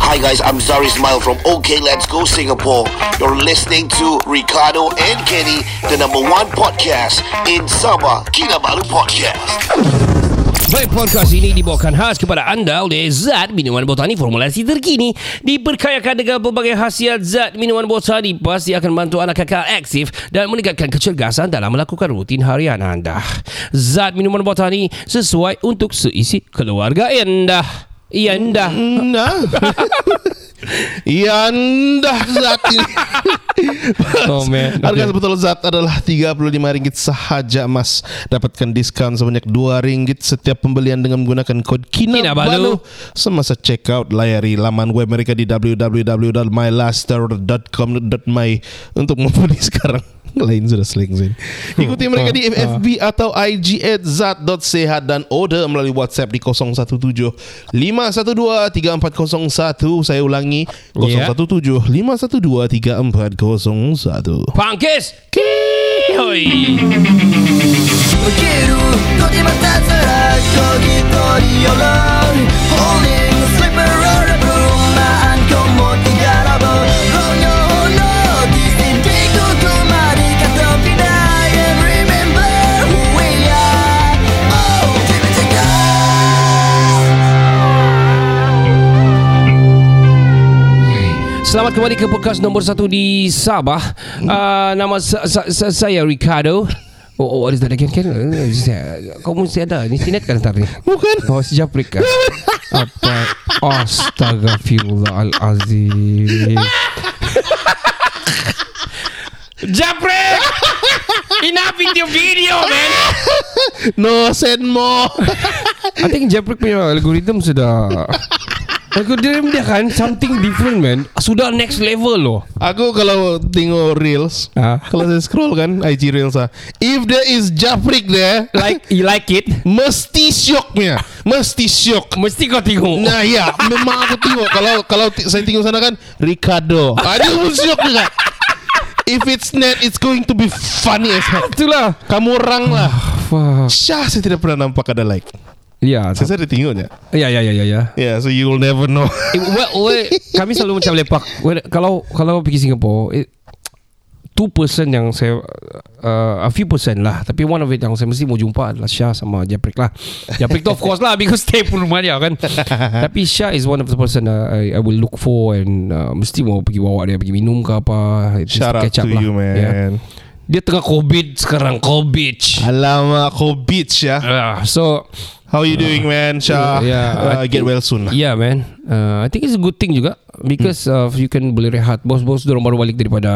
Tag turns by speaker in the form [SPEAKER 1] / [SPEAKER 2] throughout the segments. [SPEAKER 1] Hi guys, I'm Zari Smile from OK Let's Go Singapore. You're listening to Ricardo and Kenny, the number one podcast in Sabah Kinabalu Podcast.
[SPEAKER 2] Baik, podcast ini dibawakan khas kepada anda oleh Zat Minuman Botani formulasi terkini. Diperkayakan dengan pelbagai khasiat Zat Minuman Botani pasti akan membantu anda kekal aktif dan meningkatkan kecergasan dalam melakukan rutin harian anda. Zat Minuman Botani sesuai untuk seisi keluarga anda. Ya anda.
[SPEAKER 3] Nah. Yandah zat ini
[SPEAKER 2] Oh man.
[SPEAKER 3] Harga sebetul zat adalah RM35 sahaja mas Dapatkan diskaun sebanyak RM2 setiap pembelian dengan menggunakan kod
[SPEAKER 2] Kinabalu.
[SPEAKER 3] Kinabalu Semasa check out layari laman web mereka di www.mylaster.com.my Untuk membeli sekarang lain sudah slang Zain. Ikuti mereka di FB atau IG at zat.sehat dan order melalui WhatsApp di 017 512 3401. Saya ulangi
[SPEAKER 2] Ya.
[SPEAKER 3] 017 512 3401.
[SPEAKER 2] Pangkis. Hoi.
[SPEAKER 4] 受ける時またずらしこぎ取り寄ろう Holding slipper on a broom まあんこも手柄ぼ論用の実践でここまでかとびない And remember who we are Oh, give it a go
[SPEAKER 2] Selamat kembali ke podcast nombor satu di Sabah. Uh, nama sa- sa- sa- saya Ricardo. Oh, oh, what is that again? Ken? Uh, saya- Kau mesti ada. Ni sinet kan ntar ni?
[SPEAKER 3] Bukan.
[SPEAKER 2] Oh, si Japrik kan? Apa? Astagfirullahalazim. Japrik! Enough with your video, man!
[SPEAKER 3] No send more.
[SPEAKER 2] I think Japrik punya algorithm sudah... Algorithm dia kan something different, man. Sudah next level loh.
[SPEAKER 3] Aku kalau tengok reels,
[SPEAKER 2] Ah.
[SPEAKER 3] kalau saya scroll kan IG reels ah. If there is Jafrik there,
[SPEAKER 2] Like, you like it?
[SPEAKER 3] mesti syoknya. Mesti syok.
[SPEAKER 2] Mesti kau tengok
[SPEAKER 3] Nah ya Memang aku tengok Kalau kalau ti- saya tengok sana kan Ricardo Ada pun syok juga If it's net It's going to be funny as hell
[SPEAKER 2] Itulah
[SPEAKER 3] Kamu orang lah
[SPEAKER 2] Fuck
[SPEAKER 3] Syah saya tidak pernah nampak ada like
[SPEAKER 2] Ya
[SPEAKER 3] Saya saya ada tengoknya
[SPEAKER 2] Ya ya ya ya ya
[SPEAKER 3] Yeah so you will never know
[SPEAKER 2] Eh, well, well, Kami selalu macam lepak well, Kalau Kalau pergi Singapore eh, Two person yang saya uh, A few person lah Tapi one of it yang saya mesti mau jumpa Adalah Syah sama Japrik lah Japrik tu of course lah Because stay pun rumah dia kan Tapi Syah is one of the person uh, I, I will look for And uh, mesti mau pergi bawa dia Pergi minum ke apa Mesti
[SPEAKER 3] Shout out
[SPEAKER 2] catch up
[SPEAKER 3] to you man
[SPEAKER 2] Ya. Dia tengah COVID sekarang COVID
[SPEAKER 3] Alamak Kau bitch ya
[SPEAKER 2] Ah, So
[SPEAKER 3] How you doing man Syah
[SPEAKER 2] Yeah,
[SPEAKER 3] Uh, Get well soon lah Hmm.
[SPEAKER 2] Yeah man uh, I think it's a good thing juga Because uh, you can boleh rehat Bos-bos dorang baru balik daripada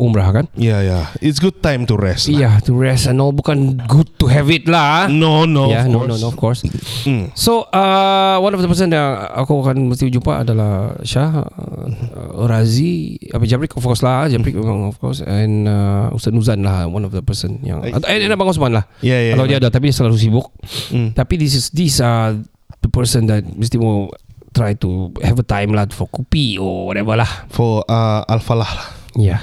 [SPEAKER 2] umrah kan
[SPEAKER 3] Yeah yeah It's good time to rest lah.
[SPEAKER 2] Yeah to rest and all Bukan good to have it lah
[SPEAKER 3] No no
[SPEAKER 2] yeah,
[SPEAKER 3] of
[SPEAKER 2] no,
[SPEAKER 3] course.
[SPEAKER 2] no, no, of course.
[SPEAKER 3] Mm.
[SPEAKER 2] So, uh, one of the person yang aku akan mesti jumpa adalah Syah, uh, Razi, apa Jabrik of course lah, Jabrik memang
[SPEAKER 3] Hmm.
[SPEAKER 2] of course, and uh, Ustaz Nuzan lah, one of the person yang,
[SPEAKER 3] Eh,
[SPEAKER 2] and, and Abang Osman lah.
[SPEAKER 3] Yeah, yeah,
[SPEAKER 2] Kalau
[SPEAKER 3] yeah.
[SPEAKER 2] dia ada, tapi dia selalu sibuk.
[SPEAKER 3] Mm.
[SPEAKER 2] Tapi this is these are the person that mesti mau try to have a time lah for kopi or whatever lah.
[SPEAKER 3] For uh, Al-Falah lah.
[SPEAKER 2] Yeah.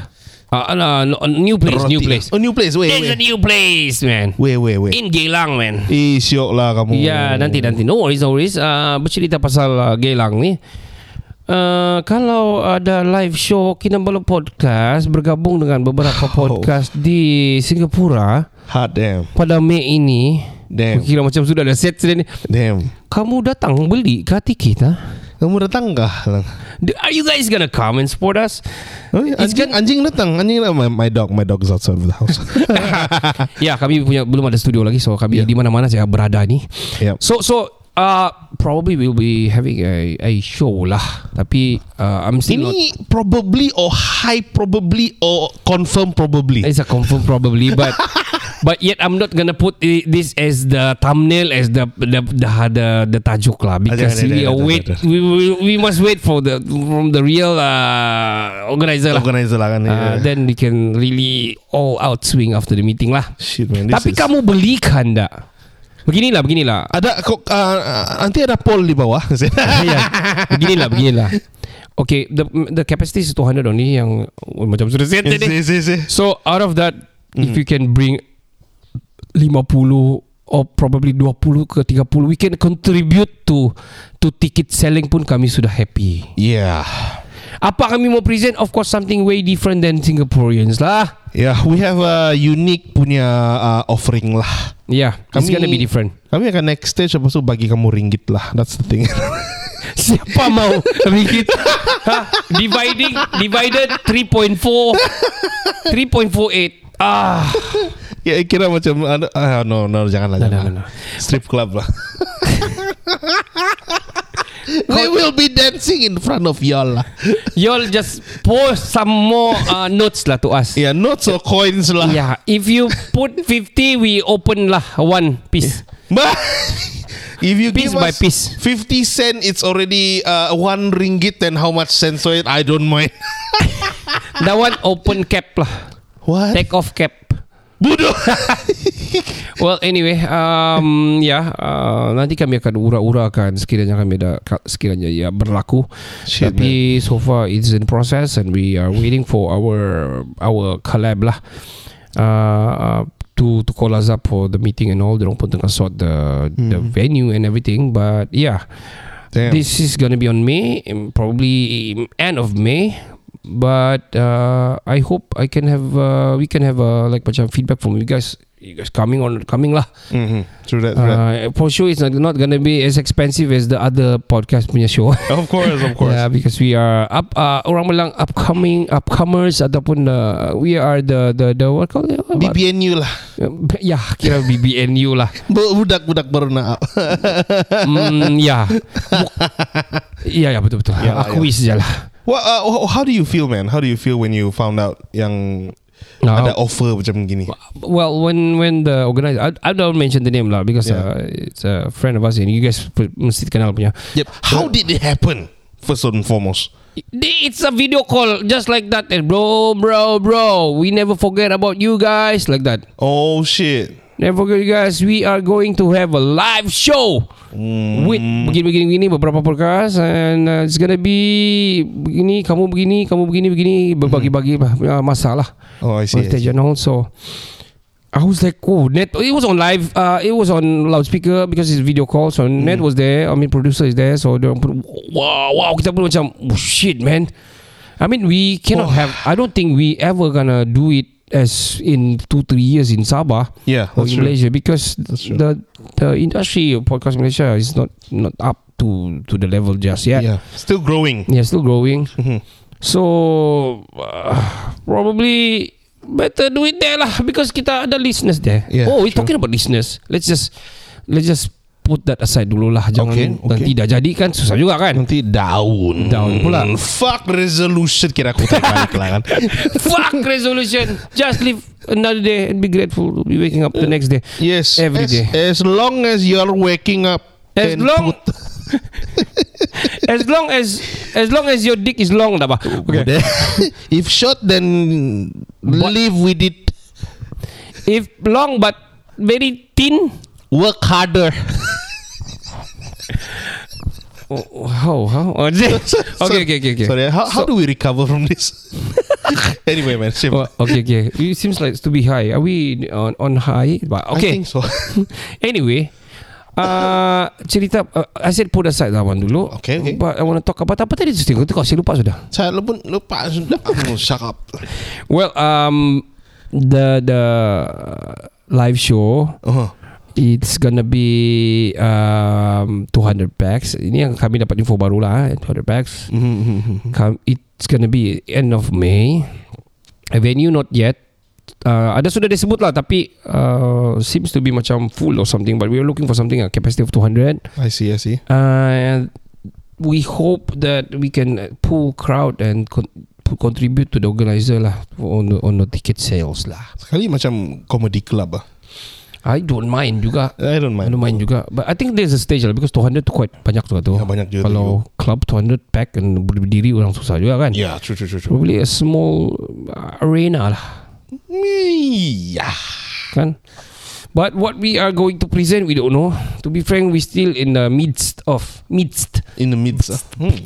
[SPEAKER 2] Uh, uh, no, a new place, new
[SPEAKER 3] Roti.
[SPEAKER 2] place.
[SPEAKER 3] Oh new place Wait
[SPEAKER 2] It's a
[SPEAKER 3] wait
[SPEAKER 2] new place, man.
[SPEAKER 3] Wait wait wait
[SPEAKER 2] In Geylang, man.
[SPEAKER 3] Eh syok lah kamu
[SPEAKER 2] Ya nanti nanti No worries no worries uh, Bercerita pasal uh, Gelang ni Uh, kalau ada live show Kinabalu Podcast bergabung dengan beberapa podcast di Singapura
[SPEAKER 3] Hot damn
[SPEAKER 2] pada Mei ini,
[SPEAKER 3] Damn.
[SPEAKER 2] kira macam sudah dah set sudah ni.
[SPEAKER 3] Damn
[SPEAKER 2] Kamu datang beli ke tiket ha?
[SPEAKER 3] Kamu datang kah? Lang?
[SPEAKER 2] D- Are you guys gonna come and support us?
[SPEAKER 3] Oh, anjing, anjing datang Anjing datang my, my dog My dog is outside of the house
[SPEAKER 2] ya, kami punya belum ada studio lagi so kami di mana-mana saya berada ni.
[SPEAKER 3] yep.
[SPEAKER 2] So so uh, probably we'll be having a a show lah. Tapi uh, I'm still not
[SPEAKER 3] Ini probably Or high probably Or confirm probably
[SPEAKER 2] It's a confirm probably, but but yet I'm not gonna put i- this as the thumbnail as the the the the, the tajuk lah because
[SPEAKER 3] Ajar, ajar,
[SPEAKER 2] we
[SPEAKER 3] ajar,
[SPEAKER 2] are
[SPEAKER 3] ajar,
[SPEAKER 2] wait
[SPEAKER 3] ajar.
[SPEAKER 2] we, we we must wait for the from the real uh, organizer lah.
[SPEAKER 3] Organizer lah kan
[SPEAKER 2] Uh,
[SPEAKER 3] yeah.
[SPEAKER 2] then we can really all out swing after the meeting lah.
[SPEAKER 3] Shit man this
[SPEAKER 2] Tapi
[SPEAKER 3] is-
[SPEAKER 2] kamu belikan tak? Beginilah, beginilah.
[SPEAKER 3] Ada kok uh, Nanti ada poll di bawah
[SPEAKER 2] ya. Beginilah, beginilah. Okay, the the capacity is 200 only yang oh, macam sudah saya tadi.
[SPEAKER 3] si, si. Hmm.
[SPEAKER 2] So out of that, if you can bring 50 or probably 20 ke 30 we can contribute to to ticket selling pun kami sudah happy.
[SPEAKER 3] Yeah.
[SPEAKER 2] Apa kami mau present of course something way different than Singaporeans lah.
[SPEAKER 3] Yeah, we have a unique punya uh, offering lah.
[SPEAKER 2] Yeah, it's
[SPEAKER 3] Kami-
[SPEAKER 2] gonna be different.
[SPEAKER 3] Kami akan next stage lepas tu bagi kamu ringgit lah. That's the thing.
[SPEAKER 2] Siapa mau ringgit? ha? Dividing divided 3.4 3.48. Ah,
[SPEAKER 3] ya kira macam ada ah, no no janganlah
[SPEAKER 2] Dah, dah,
[SPEAKER 3] jangan.
[SPEAKER 2] dah, dah.
[SPEAKER 3] Strip club lah. We will be dancing in front of y'all lah.
[SPEAKER 2] you'll just post some more uh, notes lah to us.
[SPEAKER 3] Yeah, not so coins lah.
[SPEAKER 2] Yeah, if you put 50 we open lah one piece.
[SPEAKER 3] But if you
[SPEAKER 2] Piece
[SPEAKER 3] give
[SPEAKER 2] by
[SPEAKER 3] us
[SPEAKER 2] piece.
[SPEAKER 3] 50 cent, it's already uh, one ringgit and how much cents so it, I don't mind.
[SPEAKER 2] That one open cap lah.
[SPEAKER 3] What?
[SPEAKER 2] Take off cap.
[SPEAKER 3] Bodoh.
[SPEAKER 2] Well anyway um, Ya yeah, uh, Nanti kami akan ura-urakan Sekiranya kami ada ka- Sekiranya ya berlaku
[SPEAKER 3] Shit,
[SPEAKER 2] Tapi so far It's in process And we are waiting for our Our collab lah uh, uh, To to call us up For the meeting and all Diorang pun tengah sort the The venue and everything But yeah
[SPEAKER 3] Damn.
[SPEAKER 2] This is gonna be on May, um, probably um, end of May. But uh, I hope I can have uh, we can have uh, like macam feedback from you guys. You guys coming on coming lah.
[SPEAKER 3] mm-hmm. True that. True
[SPEAKER 2] Uh,
[SPEAKER 3] that.
[SPEAKER 2] for sure, it's not, not gonna be as expensive as the other podcast punya show.
[SPEAKER 3] Of course, of course.
[SPEAKER 2] Yeah, because we are up uh, orang bilang upcoming upcomers ataupun uh, we are the the the what call it?
[SPEAKER 3] BBNU lah.
[SPEAKER 2] yeah, kira BBNU lah.
[SPEAKER 3] Bu- Budak-budak baru nak.
[SPEAKER 2] mm, ya. Ya ya betul betul.
[SPEAKER 3] Ya,
[SPEAKER 2] Akui sajalah.
[SPEAKER 3] Well, uh, ho- how do you feel, man? How do you feel when you found out yang
[SPEAKER 2] Nah,
[SPEAKER 3] ada offer macam gini?
[SPEAKER 2] Well, when when the organizer, I, I don't mention the name lah because
[SPEAKER 3] Yeah.
[SPEAKER 2] uh, it's a friend of us and you guys put- mesti kenal punya.
[SPEAKER 3] Yep. How did it happen? First and foremost.
[SPEAKER 2] They- It's a video call just like that, and bro, bro, bro, we never forget about you guys like that.
[SPEAKER 3] Oh shit.
[SPEAKER 2] Never forget you guys. We are going to have a live show with begini-begini begini beberapa perkara and uh, it's gonna be begini, kamu begini, kamu begini begini berbagi-bagi uh, masalah.
[SPEAKER 3] Oh, I see. I
[SPEAKER 2] footage
[SPEAKER 3] see.
[SPEAKER 2] and also I was like, oh, net. It was on live. Uh, it was on loudspeaker because it's video call. So
[SPEAKER 3] Mm.
[SPEAKER 2] net was there. I mean, producer is there. So they put, wow, wow. Kita pun macam, oh, shit, man. I mean, we cannot
[SPEAKER 3] Oh.
[SPEAKER 2] have. I don't think we ever gonna do it as in two, three years in Sabah
[SPEAKER 3] Yeah,
[SPEAKER 2] or
[SPEAKER 3] that's
[SPEAKER 2] in
[SPEAKER 3] true.
[SPEAKER 2] Malaysia because
[SPEAKER 3] true.
[SPEAKER 2] the the industry of podcast Malaysia is not not up to to the level just yet.
[SPEAKER 3] Yeah. Still growing.
[SPEAKER 2] Yeah, still growing.
[SPEAKER 3] Mhm.
[SPEAKER 2] So uh, probably better do it there lah because kita ada listeners there.
[SPEAKER 3] Yeah,
[SPEAKER 2] oh, we
[SPEAKER 3] true.
[SPEAKER 2] talking about listeners. Let's just let's just put that aside dulu lah. Jangan
[SPEAKER 3] Okay,
[SPEAKER 2] okay,
[SPEAKER 3] okay.
[SPEAKER 2] nanti dah jadi kan susah juga kan.
[SPEAKER 3] Nanti daun.
[SPEAKER 2] Daun pula.
[SPEAKER 3] Hmm, Fuck resolution kira aku tak balik lah kan.
[SPEAKER 2] Fuck resolution. Just live another day and be grateful to be waking up the next day.
[SPEAKER 3] Yes.
[SPEAKER 2] Every
[SPEAKER 3] as,
[SPEAKER 2] day.
[SPEAKER 3] As long as you're waking up.
[SPEAKER 2] As
[SPEAKER 3] and
[SPEAKER 2] long-
[SPEAKER 3] put-
[SPEAKER 2] As long as as long as your dick is long dah bah. Okay.
[SPEAKER 3] If short then live with it.
[SPEAKER 2] If long but very thin.
[SPEAKER 3] Work harder.
[SPEAKER 2] Oh, how how? Oh, okay, okay, okay, okay.
[SPEAKER 3] Sorry. eh. How, how do we recover from this? anyway, man. Same.
[SPEAKER 2] Well, okay, okay. It seems like to be high. Are we on on high? But
[SPEAKER 3] I
[SPEAKER 2] okay.
[SPEAKER 3] think so.
[SPEAKER 2] anyway, uh, cerita uh, I said put aside that one dulu.
[SPEAKER 3] Okay, okay.
[SPEAKER 2] But I want to talk about apa tadi cerita kau tu kau saya lupa sudah.
[SPEAKER 3] Saya pun lupa sudah. Oh, Shut up.
[SPEAKER 2] Well, um the the uh, live show
[SPEAKER 3] Oh.
[SPEAKER 2] It's gonna be um, 200 packs Ini yang kami dapat info baru lah eh, 200 packs Kam- It's gonna be end of May A venue not yet uh, Ada sudah disebut lah Tapi uh, Seems to be macam full or something But we are looking for something A capacity of 200
[SPEAKER 3] I see. I see.
[SPEAKER 2] uh, We hope that we can uh, pull crowd And con- pu- contribute to the organizer lah On the, on the ticket sales lah
[SPEAKER 3] Sekali macam comedy club ah.
[SPEAKER 2] I don't mind juga
[SPEAKER 3] I don't mind.
[SPEAKER 2] Main. Lumayan juga But I think there's a stage lah Because 200 tu quite banyak juga tu
[SPEAKER 3] Ya, banyak juga
[SPEAKER 2] Kalau club 200 pack And berdiri orang susah juga kan
[SPEAKER 3] Yeah, Ya, true, true, true, true.
[SPEAKER 2] Probably a small uh, arena lah
[SPEAKER 3] Yeah.
[SPEAKER 2] Kan But what we are going to present We don't know To be frank We still in the midst of Midst
[SPEAKER 3] In the midst. ah. Hmm.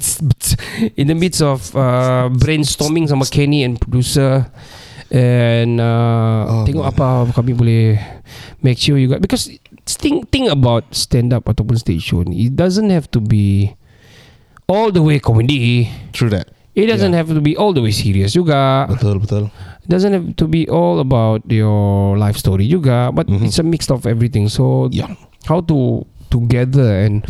[SPEAKER 2] In the midst of uh, Brainstorming sama Kenny and producer And uh,
[SPEAKER 3] Oh,
[SPEAKER 2] Tengok
[SPEAKER 3] man.
[SPEAKER 2] apa kami boleh Make sure you guys Because think think about stand up ataupun stage show ni. It doesn't have to be all the way comedy.
[SPEAKER 3] True that.
[SPEAKER 2] It doesn't have to be all the way serious juga.
[SPEAKER 3] Betul betul.
[SPEAKER 2] doesn't have to be all about your life story juga but mm-hmm. it's a mix of everything so
[SPEAKER 3] Yeah.
[SPEAKER 2] how to together and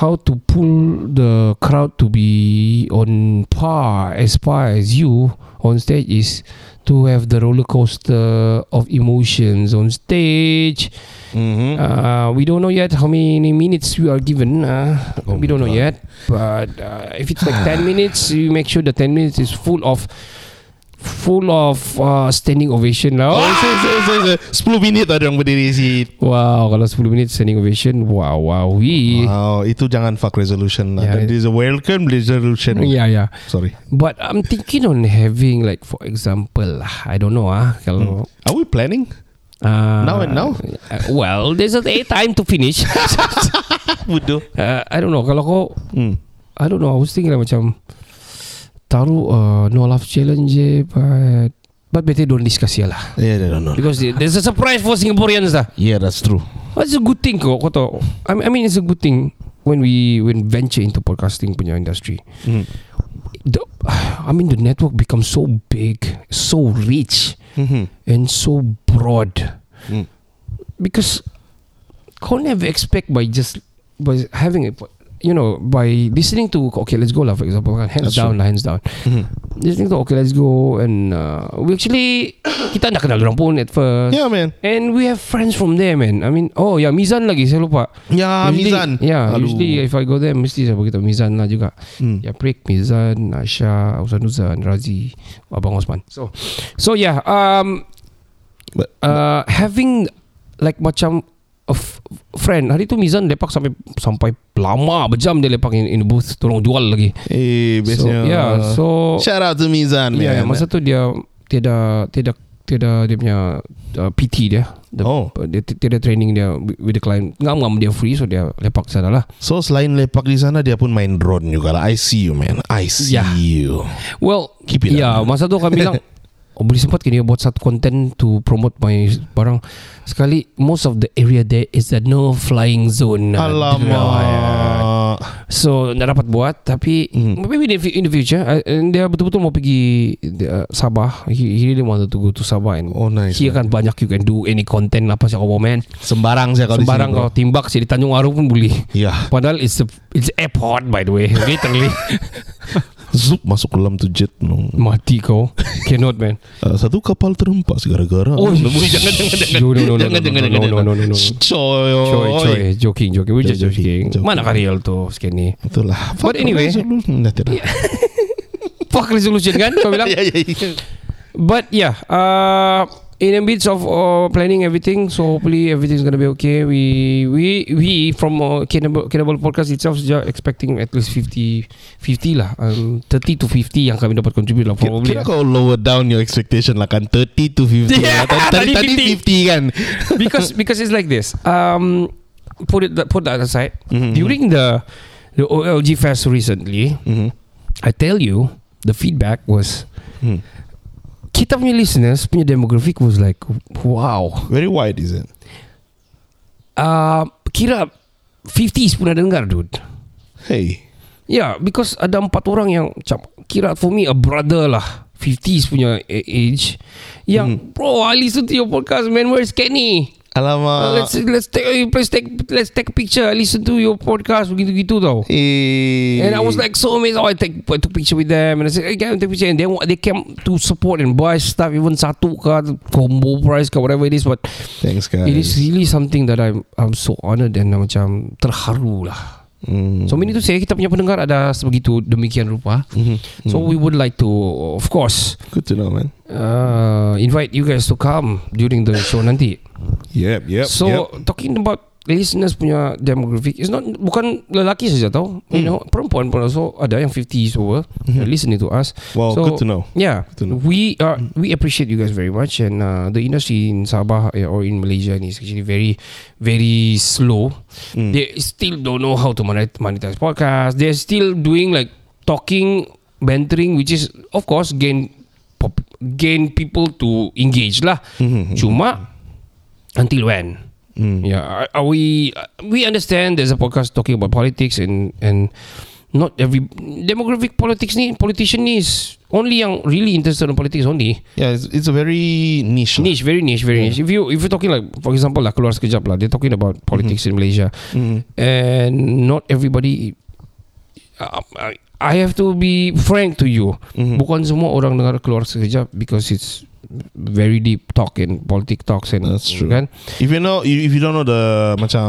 [SPEAKER 2] how to pull the crowd to be on par as far as you on stage is to have the roller coaster of emotions on stage
[SPEAKER 3] Mm-hmm.
[SPEAKER 2] uh, we don't know yet how many minutes you are given. Uh,
[SPEAKER 3] Oh
[SPEAKER 2] we don't know
[SPEAKER 3] my
[SPEAKER 2] yet. But uh, if it's like 10 minutes, you make sure the 10 minutes is full of full of uh, standing ovation lah.
[SPEAKER 3] Oh,
[SPEAKER 2] Oh!
[SPEAKER 3] saya, saya, saya, saya. 10 minit ada orang berdiri si.
[SPEAKER 2] Wow, kalau 10 minit standing ovation, wow, wow, we.
[SPEAKER 3] Wow, itu jangan fuck resolution lah.
[SPEAKER 2] Yeah,
[SPEAKER 3] Yeah,
[SPEAKER 2] it-
[SPEAKER 3] There's a welcome resolution.
[SPEAKER 2] Yeah, yeah.
[SPEAKER 3] Sorry.
[SPEAKER 2] But I'm thinking on having like for example, lah, I don't know ah, kalau
[SPEAKER 3] Are we planning?
[SPEAKER 2] uh,
[SPEAKER 3] Hmm. Now and now?
[SPEAKER 2] uh, well, there's a a time to finish.
[SPEAKER 3] Bodoh.
[SPEAKER 2] uh, I don't know kalau kau
[SPEAKER 3] Hmm.
[SPEAKER 2] I don't know I was thinking like macam Taruh uh, No Love Challenge je But But better don't discuss here lah
[SPEAKER 3] Yeah, I don't know.
[SPEAKER 2] Because there- there's a surprise for Singaporeans lah
[SPEAKER 3] Yeah, that's true.
[SPEAKER 2] It's a good thing kau Kau tahu I mean, I mean it's a good thing When we When venture into podcasting punya industry
[SPEAKER 3] Hmm.
[SPEAKER 2] the, I mean the network becomes so big So rich
[SPEAKER 3] Mm-hmm.
[SPEAKER 2] And so broad
[SPEAKER 3] Mm.
[SPEAKER 2] Because Kau never expect by just By having a You know By listening to Okay let's go lah For example kan? Hands
[SPEAKER 3] That's
[SPEAKER 2] down lah
[SPEAKER 3] true.
[SPEAKER 2] Hands down
[SPEAKER 3] Mm-hmm.
[SPEAKER 2] Listening to Okay let's go And uh, We actually Kita nak kenal orang pun At first
[SPEAKER 3] Yeah, Ya, man.
[SPEAKER 2] And we have friends from there man I mean Oh yeah Mizan lagi Saya lupa Usually-
[SPEAKER 3] Yeah, Ah, Ya, Mizan.
[SPEAKER 2] Yeah
[SPEAKER 3] Aduh.
[SPEAKER 2] Usually if I go there Mesti saya beritahu Mizan lah juga
[SPEAKER 3] Hmm.
[SPEAKER 2] Ya Prik, Mizan, Asha, Usan Uzan, Razi, Abang Osman. So, so yeah, um,
[SPEAKER 3] But-
[SPEAKER 2] uh, having like macam a f- friend. Hari tu Mizan lepak sampai sampai lama berjam dia lepak in, in the booth. Tolong jual lagi.
[SPEAKER 3] Eh, biasanya. kan
[SPEAKER 2] So, yeah, so
[SPEAKER 3] Shout out to Mizan, man.
[SPEAKER 2] yeah, yeah, masa tu dia tiada tiada tiada dia punya uh, PT dia. The,
[SPEAKER 3] Oh.
[SPEAKER 2] Dia ti- tiada training dia with with the client. Ngam-ngam dia free so dia lepak sana lah.
[SPEAKER 3] So selain lepak di sana dia pun main drone juga lah. I see you man. I see
[SPEAKER 2] Yeah.
[SPEAKER 3] you.
[SPEAKER 2] Well,
[SPEAKER 3] Keep it
[SPEAKER 2] yeah,
[SPEAKER 3] up.
[SPEAKER 2] masa tu kami bilang Oh, boleh sempat kini buat satu konten to promote my barang sekali most of the area there is a no flying zone Ya.
[SPEAKER 3] Alamak.
[SPEAKER 2] so nak dapat buat tapi
[SPEAKER 3] Hmm.
[SPEAKER 2] maybe in the, fu- in the future uh, and dia betul-betul mau pergi uh, Sabah he, he really wanted to go to Sabah and
[SPEAKER 3] Oh nice.
[SPEAKER 2] he akan banyak you can do any content lah pasal kau man
[SPEAKER 3] Sembarang saya kalau
[SPEAKER 2] sembarang
[SPEAKER 3] di sini.
[SPEAKER 2] kau timbak sih di Tanjung Aru pun boleh
[SPEAKER 3] Ya.
[SPEAKER 2] padahal it's a, it's airport by the way literally
[SPEAKER 3] Zup masuk dalam tu jet. No.
[SPEAKER 2] mati kau cannot man
[SPEAKER 3] Uh, satu kapal terhempas gara-gara.
[SPEAKER 2] Oh,
[SPEAKER 3] Jangan,
[SPEAKER 2] sh-
[SPEAKER 3] jangan, jangan,
[SPEAKER 2] no, no, no, no, no,
[SPEAKER 3] jangan, jangan,
[SPEAKER 2] no,
[SPEAKER 3] jangan,
[SPEAKER 2] no, no, no, no.
[SPEAKER 3] Shh, Coy.
[SPEAKER 2] Coy, coy, joking, joking. We're just
[SPEAKER 3] Just joking,
[SPEAKER 2] joking.
[SPEAKER 3] joking.
[SPEAKER 2] Mana kah real tu sekarang ni?
[SPEAKER 3] Itulah. Hmm,
[SPEAKER 2] But anyway.
[SPEAKER 3] Nah, tidak.
[SPEAKER 2] Fuck resolution kan? Kau bilang.
[SPEAKER 3] Ya, ya, ya.
[SPEAKER 2] But yeah, uh, in the midst of uh, planning everything, so hopefully everything's gonna be okay. We we we from uh, Cannibal, Cannibal Podcast itself are expecting at least 50 50 lah. Um, 30 to 50 yang kami dapat contribute lah
[SPEAKER 3] Kira-
[SPEAKER 2] probably.
[SPEAKER 3] Kira kau lower down your expectation lah kan 30 to 50
[SPEAKER 2] Yeah,
[SPEAKER 3] lah. Tadi, tadi,
[SPEAKER 2] tadi
[SPEAKER 3] tadi 50 kan
[SPEAKER 2] because because it's like this. Um, put it put that aside.
[SPEAKER 3] Mhm.
[SPEAKER 2] During the the OLG Fest recently,
[SPEAKER 3] Mhm.
[SPEAKER 2] I tell you, the feedback was
[SPEAKER 3] Hmm.
[SPEAKER 2] kita punya listeners punya demographic was like wow.
[SPEAKER 3] Very wide is it
[SPEAKER 2] Uh, kira 50s pun ada dengar dude.
[SPEAKER 3] Hey
[SPEAKER 2] Yeah, because ada empat orang yang macam kira for me a brother lah. 50s punya a- age
[SPEAKER 3] Mm-hmm.
[SPEAKER 2] yang bro I listen to your podcast man where's Kenny
[SPEAKER 3] Alamak
[SPEAKER 2] Uh, let's let's take let's take let's take a picture I listen to your podcast begitu gitu tau
[SPEAKER 3] Eh.
[SPEAKER 2] And I was like so amazed. Oh, I take I took picture with them, and I said, "Hey, can I take picture?" And they wa- they came to support and buy stuff, even satu ka combo price ka whatever it is. But
[SPEAKER 3] Thanks guys
[SPEAKER 2] it is really something that I'm I'm so honored and uh, macam terharu lah.
[SPEAKER 3] Hmm.
[SPEAKER 2] So many to say kita punya pendengar ada sebegitu demikian rupa.
[SPEAKER 3] Mhm.
[SPEAKER 2] So
[SPEAKER 3] Mhm.
[SPEAKER 2] we would like to, of course,
[SPEAKER 3] Good to know man
[SPEAKER 2] uh, invite you guys to come during the show nanti.
[SPEAKER 3] Yep yep
[SPEAKER 2] So
[SPEAKER 3] yep.
[SPEAKER 2] talking about listeners punya demographic is not bukan lelaki saja tau.
[SPEAKER 3] Hmm.
[SPEAKER 2] You know, perempuan pun also ada yang 50 years over
[SPEAKER 3] Mhm.
[SPEAKER 2] listening to us.
[SPEAKER 3] Well
[SPEAKER 2] so-
[SPEAKER 3] good to know
[SPEAKER 2] Yeah,
[SPEAKER 3] Good to know.
[SPEAKER 2] we are we appreciate you guys very much and uh, the industry in Sabah eh, or in Malaysia ni is actually very very slow.
[SPEAKER 3] Hmm.
[SPEAKER 2] They still don't know how to monet- monetize podcast. They're still doing like talking, bantering which is of course gain pop, gain people to engage lah.
[SPEAKER 3] Mhm.
[SPEAKER 2] Cuma until when?
[SPEAKER 3] Mm.
[SPEAKER 2] Yeah, are, are we we understand there's a podcast talking about politics and and not every demographic politics ni politician ni is only yang really interested in politics only
[SPEAKER 3] Yeah, it's, it's a very niche. lah.
[SPEAKER 2] niche very niche very niche if you if you're talking like for example lah keluar sekejap lah they're talking
[SPEAKER 3] Mm-hmm.
[SPEAKER 2] about politics in Malaysia
[SPEAKER 3] Mm.
[SPEAKER 2] and not everybody uh, I- I have to be frank to you
[SPEAKER 3] Mhm.
[SPEAKER 2] bukan semua orang dengar keluar sekejap because it's very deep talk and politic talks and
[SPEAKER 3] That's true.
[SPEAKER 2] kan
[SPEAKER 3] If you know, if you don't know the macam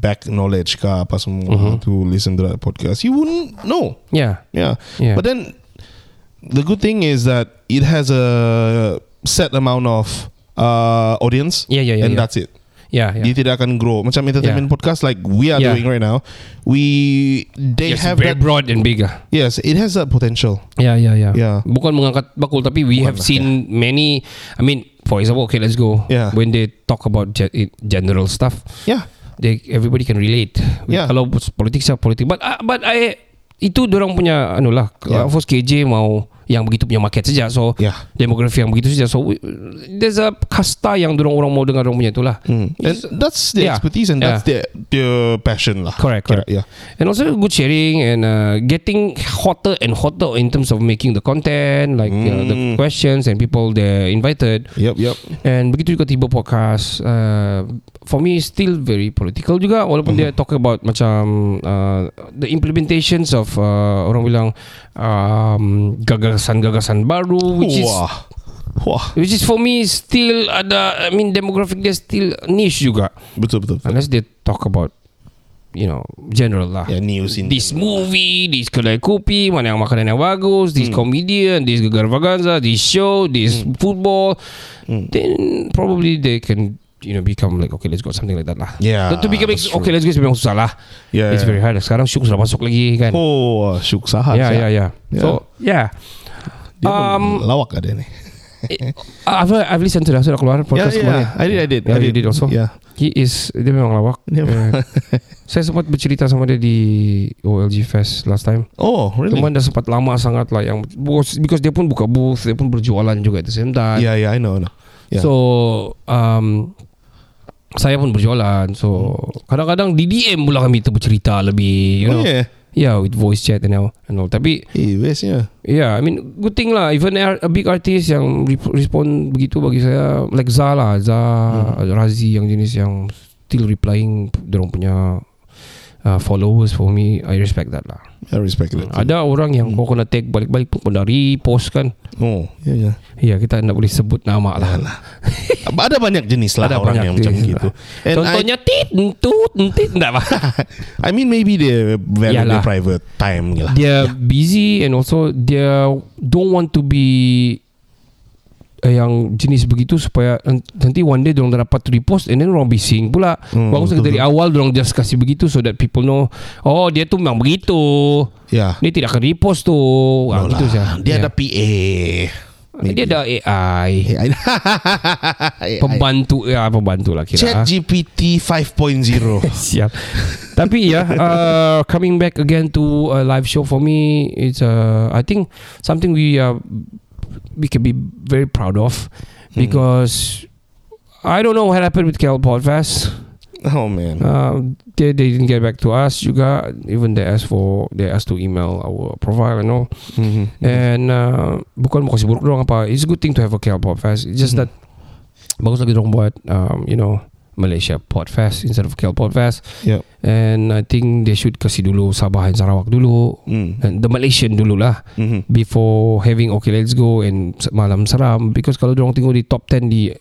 [SPEAKER 3] back knowledge ka apa semua to listen to that podcast, you wouldn't know.
[SPEAKER 2] yeah
[SPEAKER 3] Yeah.
[SPEAKER 2] yeah
[SPEAKER 3] But then the good thing is that it has a set amount of uh, audience
[SPEAKER 2] yeah yeah yeah
[SPEAKER 3] and
[SPEAKER 2] yeah.
[SPEAKER 3] that's it.
[SPEAKER 2] yeah, yeah.
[SPEAKER 3] Dia tidak akan grow. Macam entertainment
[SPEAKER 2] Yeah.
[SPEAKER 3] podcast like we are
[SPEAKER 2] Yeah.
[SPEAKER 3] doing right now. We they
[SPEAKER 2] Yes,
[SPEAKER 3] have
[SPEAKER 2] very
[SPEAKER 3] that
[SPEAKER 2] broad and big ah.
[SPEAKER 3] Yes, it has that potential.
[SPEAKER 2] Yeah, yeah, yeah.
[SPEAKER 3] Yeah.
[SPEAKER 2] Bukan mengangkat bakul tapi we have
[SPEAKER 3] lah,
[SPEAKER 2] seen many I mean for example okay let's go
[SPEAKER 3] Yeah.
[SPEAKER 2] when they talk about ge- it- general stuff
[SPEAKER 3] Yeah.
[SPEAKER 2] they everybody can relate.
[SPEAKER 3] Yeah.
[SPEAKER 2] Kalau politik siapa politik but uh, but I itu orang punya anu lah yeah.
[SPEAKER 3] Yeah.
[SPEAKER 2] of course KJ mau yang begitu punya market saja so
[SPEAKER 3] Yeah.
[SPEAKER 2] demografi yang begitu saja so we, there's a kasta yang orang orang mau dengar orang punya lah. itulah.
[SPEAKER 3] Mm. And that's the
[SPEAKER 2] Yeah.
[SPEAKER 3] expertise and that's their their passion lah.
[SPEAKER 2] Correct, correct.
[SPEAKER 3] Yeah.
[SPEAKER 2] And also good sharing and uh, getting hotter and hotter in terms of making the content, like uh, the
[SPEAKER 3] Mm.
[SPEAKER 2] questions and people they're invited.
[SPEAKER 3] Yep, yep.
[SPEAKER 2] And begitu juga tiba podcast, uh, for me still very political juga walaupun dia
[SPEAKER 3] Mm-hmm.
[SPEAKER 2] talk about macam uh, the implementations of uh, orang bilang um, gagasan-gagasan baru, which is
[SPEAKER 3] Wah. Wah.
[SPEAKER 2] which is for me still ada, I mean demographic dia still niche juga.
[SPEAKER 3] Betul, betul. betul.
[SPEAKER 2] Unless they talk about you know general lah.
[SPEAKER 3] Yeah, news in
[SPEAKER 2] This movie, this kedai kopi, mana yang makanan yang bagus, this
[SPEAKER 3] Hmm.
[SPEAKER 2] comedian, this garvaganza, this show, this football.
[SPEAKER 3] Hmm.
[SPEAKER 2] Then probably they can you know become like okay let's go something like that lah.
[SPEAKER 3] Yeah,
[SPEAKER 2] Not to become like,
[SPEAKER 3] that's true.
[SPEAKER 2] okay let's go is memang susah lah.
[SPEAKER 3] Yeah,
[SPEAKER 2] It's
[SPEAKER 3] yeah.
[SPEAKER 2] very hard. Sekarang Syuk sudah masuk lagi kan.
[SPEAKER 3] Oh, syuk sahat.
[SPEAKER 2] yeah, yeah, yeah,
[SPEAKER 3] Yeah.
[SPEAKER 2] So yeah.
[SPEAKER 3] Dia
[SPEAKER 2] Um,
[SPEAKER 3] pun lawak ada ni.
[SPEAKER 2] I've, I've listened to dah sudah keluar podcast kemarin.
[SPEAKER 3] I did, I did.
[SPEAKER 2] Yeah,
[SPEAKER 3] I
[SPEAKER 2] you Ya, did also.
[SPEAKER 3] Yeah.
[SPEAKER 2] He is Dia memang lawak
[SPEAKER 3] Dia memang-
[SPEAKER 2] Eh, Saya sempat bercerita sama dia Di OLG Fest last time
[SPEAKER 3] Oh, really?
[SPEAKER 2] Cuman dah sempat lama sangat lah yang bos because dia pun buka booth, dia pun berjualan juga at the same time.
[SPEAKER 3] yeah, yeah, I know, I know. Yeah.
[SPEAKER 2] So um, saya pun berjualan. So kadang-kadang di DM pula kami tu bercerita lebih, you know.
[SPEAKER 3] oh, yeah.
[SPEAKER 2] yeah, with voice chat and all. And all. Tapi
[SPEAKER 3] Eh, bestnya.
[SPEAKER 2] yeah, I mean good thing lah even a a big artist yang re- respond begitu bagi saya like Za lah, Za Razi yang jenis yang still replying dorong punya uh, followers for me. I respect that lah.
[SPEAKER 3] I respect that.
[SPEAKER 2] Ada orang yang kau kena tag balik-balik pun kau dah repost kan.
[SPEAKER 3] Oh, yeah, yeah.
[SPEAKER 2] Ya kita nak boleh sebut nama lah.
[SPEAKER 3] Ada banyak jenis lah
[SPEAKER 2] Ada
[SPEAKER 3] orang
[SPEAKER 2] banyak
[SPEAKER 3] yang macam
[SPEAKER 2] jenis
[SPEAKER 3] gitu.
[SPEAKER 2] lah. Contohnya tit, entut, entit, tak apa.
[SPEAKER 3] I, I mean maybe they value
[SPEAKER 2] Yalah.
[SPEAKER 3] their private time lah.
[SPEAKER 2] Dia busy and also dia don't want to be eh, yang jenis begitu supaya en- nanti one day dorang dah dapat repost and then orang bising pula.
[SPEAKER 3] Hmm,
[SPEAKER 2] Bagus
[SPEAKER 3] betul,
[SPEAKER 2] dari
[SPEAKER 3] betul.
[SPEAKER 2] awal dorang just kasih begitu so that people know oh dia tu memang begitu.
[SPEAKER 3] Yeah.
[SPEAKER 2] Dia tidak akan repost tu. Ah,
[SPEAKER 3] No
[SPEAKER 2] gitu
[SPEAKER 3] lah.
[SPEAKER 2] saja.
[SPEAKER 3] Dia
[SPEAKER 2] Ya.
[SPEAKER 3] ada PA.
[SPEAKER 2] dia ada AI.
[SPEAKER 3] AI. AI.
[SPEAKER 2] Pembantu ya pembantu lah kira. ah.
[SPEAKER 3] Chat GPT 5.0.
[SPEAKER 2] Siap. Tapi ya, uh, coming back again to a live show for me, it's uh, I think something we uh, we can be very proud of because I don't know what happened with Cal Podfest.
[SPEAKER 3] oh man.
[SPEAKER 2] Uh, they they didn't get back to us. juga. even they asked for they asked to email our profile and all.
[SPEAKER 3] Mhm.
[SPEAKER 2] And uh, bukan mau kasih buruk doang apa. It's a good thing to have a Cal Podfest. It's just
[SPEAKER 3] Mhm.
[SPEAKER 2] that bagus lagi dong buat um, you know Malaysia Podfest instead of Cal Podfest.
[SPEAKER 3] Yep.
[SPEAKER 2] And I think they should kasih dulu Sabah and Sarawak dulu
[SPEAKER 3] Mm.
[SPEAKER 2] and The Malaysian dululah
[SPEAKER 3] Mhm.
[SPEAKER 2] Before having Okay Let's Go And S- Malam Seram Because kalau diorang tengok di top 10 di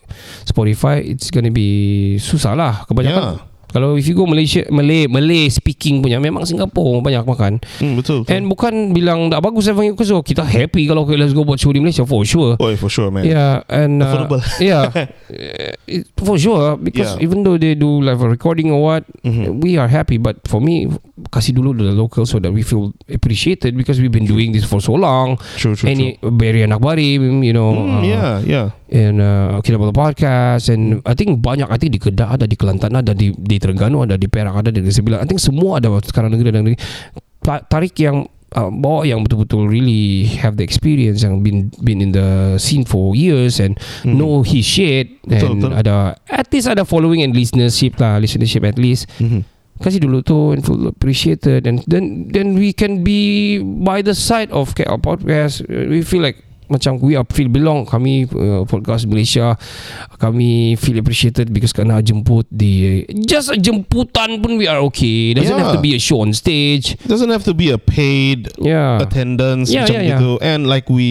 [SPEAKER 2] Spotify It's gonna be Susah lah Kebanyakan
[SPEAKER 3] Yeah.
[SPEAKER 2] Kalau if you go Malaysia Malay Malay speaking punya Memang Singapore banyak makan
[SPEAKER 3] Mm, betul. betul.
[SPEAKER 2] And bukan bilang Tak bagus Seven Years so Kita happy kalau Okay Let's Go Buat show di Malaysia For sure
[SPEAKER 3] oh, for sure, man.
[SPEAKER 2] Yeah, and uh,
[SPEAKER 3] Affordable.
[SPEAKER 2] yeah, Uh, it- for sure. Because
[SPEAKER 3] Yeah.
[SPEAKER 2] even though they do like a recording or what,
[SPEAKER 3] Mhm.
[SPEAKER 2] we are happy. But for me, kasih dulu to the local so that we feel appreciated because we've been doing this for so long.
[SPEAKER 3] True, true,
[SPEAKER 2] Any Barry anak barim, you know, uh,
[SPEAKER 3] Mm, yeah, yeah.
[SPEAKER 2] and uh, Kinabalu podcast, and I think banyak. I think di Kedah ada, di Kelantan ada, di di Terengganu ada, di Perak ada, di Sebilang. I think semua ada sekarang negeri dan negeri. Ta- Tarik yang uh, bawa yang betul-betul really have the experience yang been been in the scene for years and mm. know his shit
[SPEAKER 3] Hmm. Betul,
[SPEAKER 2] and
[SPEAKER 3] betul.
[SPEAKER 2] ada at least ada following and listenership lah listenership at least
[SPEAKER 3] Mhm.
[SPEAKER 2] kasi dulu tu and feel appreciated and then then we can be by the side of KL podcast Uh, we feel like macam we are feel belong kami uh, podcast Malaysia kami feel appreciated because kena jemput di just a jemputan pun we are okay doesn't
[SPEAKER 3] Yeah.
[SPEAKER 2] have to be a show on stage
[SPEAKER 3] It doesn't have to be a paid
[SPEAKER 2] yeah
[SPEAKER 3] attendance
[SPEAKER 2] Uh. Yeah,
[SPEAKER 3] macam
[SPEAKER 2] yeah, yeah.
[SPEAKER 3] gitu and like we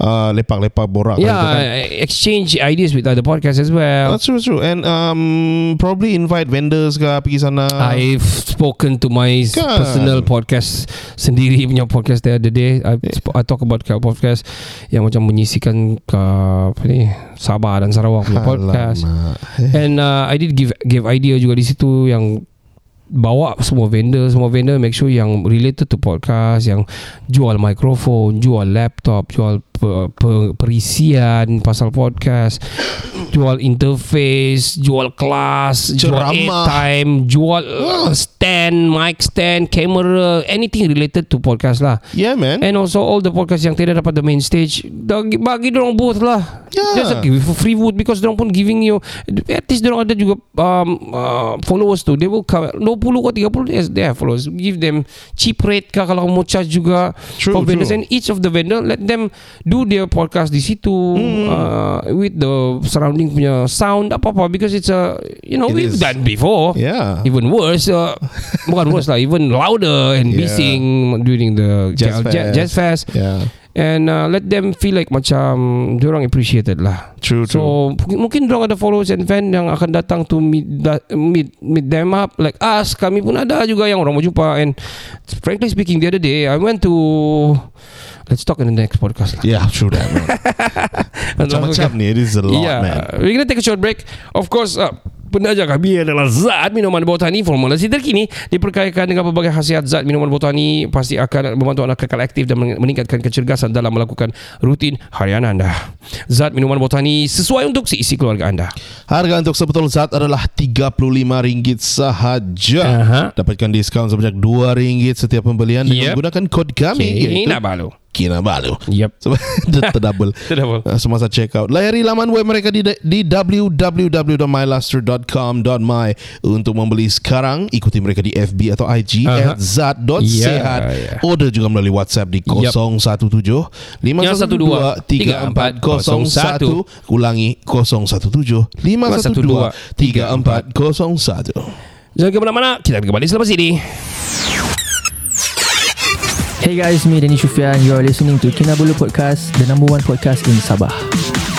[SPEAKER 3] uh, lepak-lepak borak lah
[SPEAKER 2] yeah
[SPEAKER 3] gitu kan.
[SPEAKER 2] exchange ideas with other podcasts as well
[SPEAKER 3] That's true, true. And um, probably invite vendors ke pergi sana.
[SPEAKER 2] I've spoken to my
[SPEAKER 3] Kan.
[SPEAKER 2] personal podcast sendiri punya podcast the other day. I, sp- I talk about kat podcast yang macam menyisikan ke apa ni Sabah dan Sarawak punya podcast.
[SPEAKER 3] Alamak.
[SPEAKER 2] And uh, I did give give idea juga di situ yang bawa semua vendor semua vendor make sure yang related to podcast yang jual mikrofon jual laptop jual per, per, perisian pasal podcast jual interface jual kelas
[SPEAKER 3] Ceramah.
[SPEAKER 2] jual airtime jual uh, stand mic stand camera anything related to podcast lah
[SPEAKER 3] Yeah, man.
[SPEAKER 2] and also all the podcast yang tidak dapat the main stage dah gi- bagi dorong booth lah
[SPEAKER 3] Yeah.
[SPEAKER 2] just like give for free food because dorong pun giving you at least dorong ada juga um, uh, followers tu they will come 20 ke 30 yes, they have followers give them cheap rate kah kalau mau charge juga
[SPEAKER 3] True,
[SPEAKER 2] for vendors and
[SPEAKER 3] true.
[SPEAKER 2] each of the vendor let them do their podcast di situ
[SPEAKER 3] Hmm.
[SPEAKER 2] uh, with the surrounding punya sound apa-apa because it's a you know
[SPEAKER 3] It
[SPEAKER 2] we've
[SPEAKER 3] is.
[SPEAKER 2] done before
[SPEAKER 3] yeah.
[SPEAKER 2] even worse uh, bukan worse lah even louder and
[SPEAKER 3] Yeah.
[SPEAKER 2] bising during the
[SPEAKER 3] Jazz
[SPEAKER 2] jazz, jazz,
[SPEAKER 3] fest.
[SPEAKER 2] jazz fest
[SPEAKER 3] yeah.
[SPEAKER 2] and uh, let them feel like macam diorang appreciated lah
[SPEAKER 3] True,
[SPEAKER 2] so mungkin-
[SPEAKER 3] true.
[SPEAKER 2] mungkin diorang ada followers and fan yang akan datang to meet, da, meet meet them up like us kami pun ada juga yang orang mau jumpa and frankly speaking the other day I went to let's talk in the next podcast lah
[SPEAKER 3] yeah, true that, man. Macam-macam ni, it is a lot,
[SPEAKER 2] yeah,
[SPEAKER 3] man.
[SPEAKER 2] We're Ya, gonna take a short break. Of course, uh, pendaja kami adalah zat minuman botani formulasi terkini diperkayakan dengan pelbagai khasiat zat minuman botani pasti akan membantu anda kekal aktif dan men- meningkatkan kecergasan dalam melakukan rutin harian anda. Zat minuman botani sesuai untuk seisi keluarga anda.
[SPEAKER 3] Harga untuk sebetul zat adalah RM35 sahaja.
[SPEAKER 2] Aha.
[SPEAKER 3] Dapatkan diskaun sebanyak RM2 setiap pembelian dengan
[SPEAKER 2] Yep.
[SPEAKER 3] menggunakan kod kami
[SPEAKER 2] Ini nak
[SPEAKER 3] iaitu
[SPEAKER 2] balu.
[SPEAKER 3] Kinabalu.
[SPEAKER 2] Yep.
[SPEAKER 3] Sebab terdouble.
[SPEAKER 2] Terdouble.
[SPEAKER 3] Uh, Semasa check out. Layari laman web mereka di, di www.myluster.com.my untuk membeli sekarang. Ikuti mereka di FB atau IG
[SPEAKER 2] Aha.
[SPEAKER 3] at zat.sehat.
[SPEAKER 2] Yeah, yeah.
[SPEAKER 3] Order juga melalui WhatsApp di 017 512 3401. Ulangi 017 512 3401.
[SPEAKER 2] Jangan ke mana-mana, kita akan kembali selepas ini.
[SPEAKER 5] Hey guys, me Danny Shufian. You are listening to Kinabalu Podcast, the number one podcast in Sabah.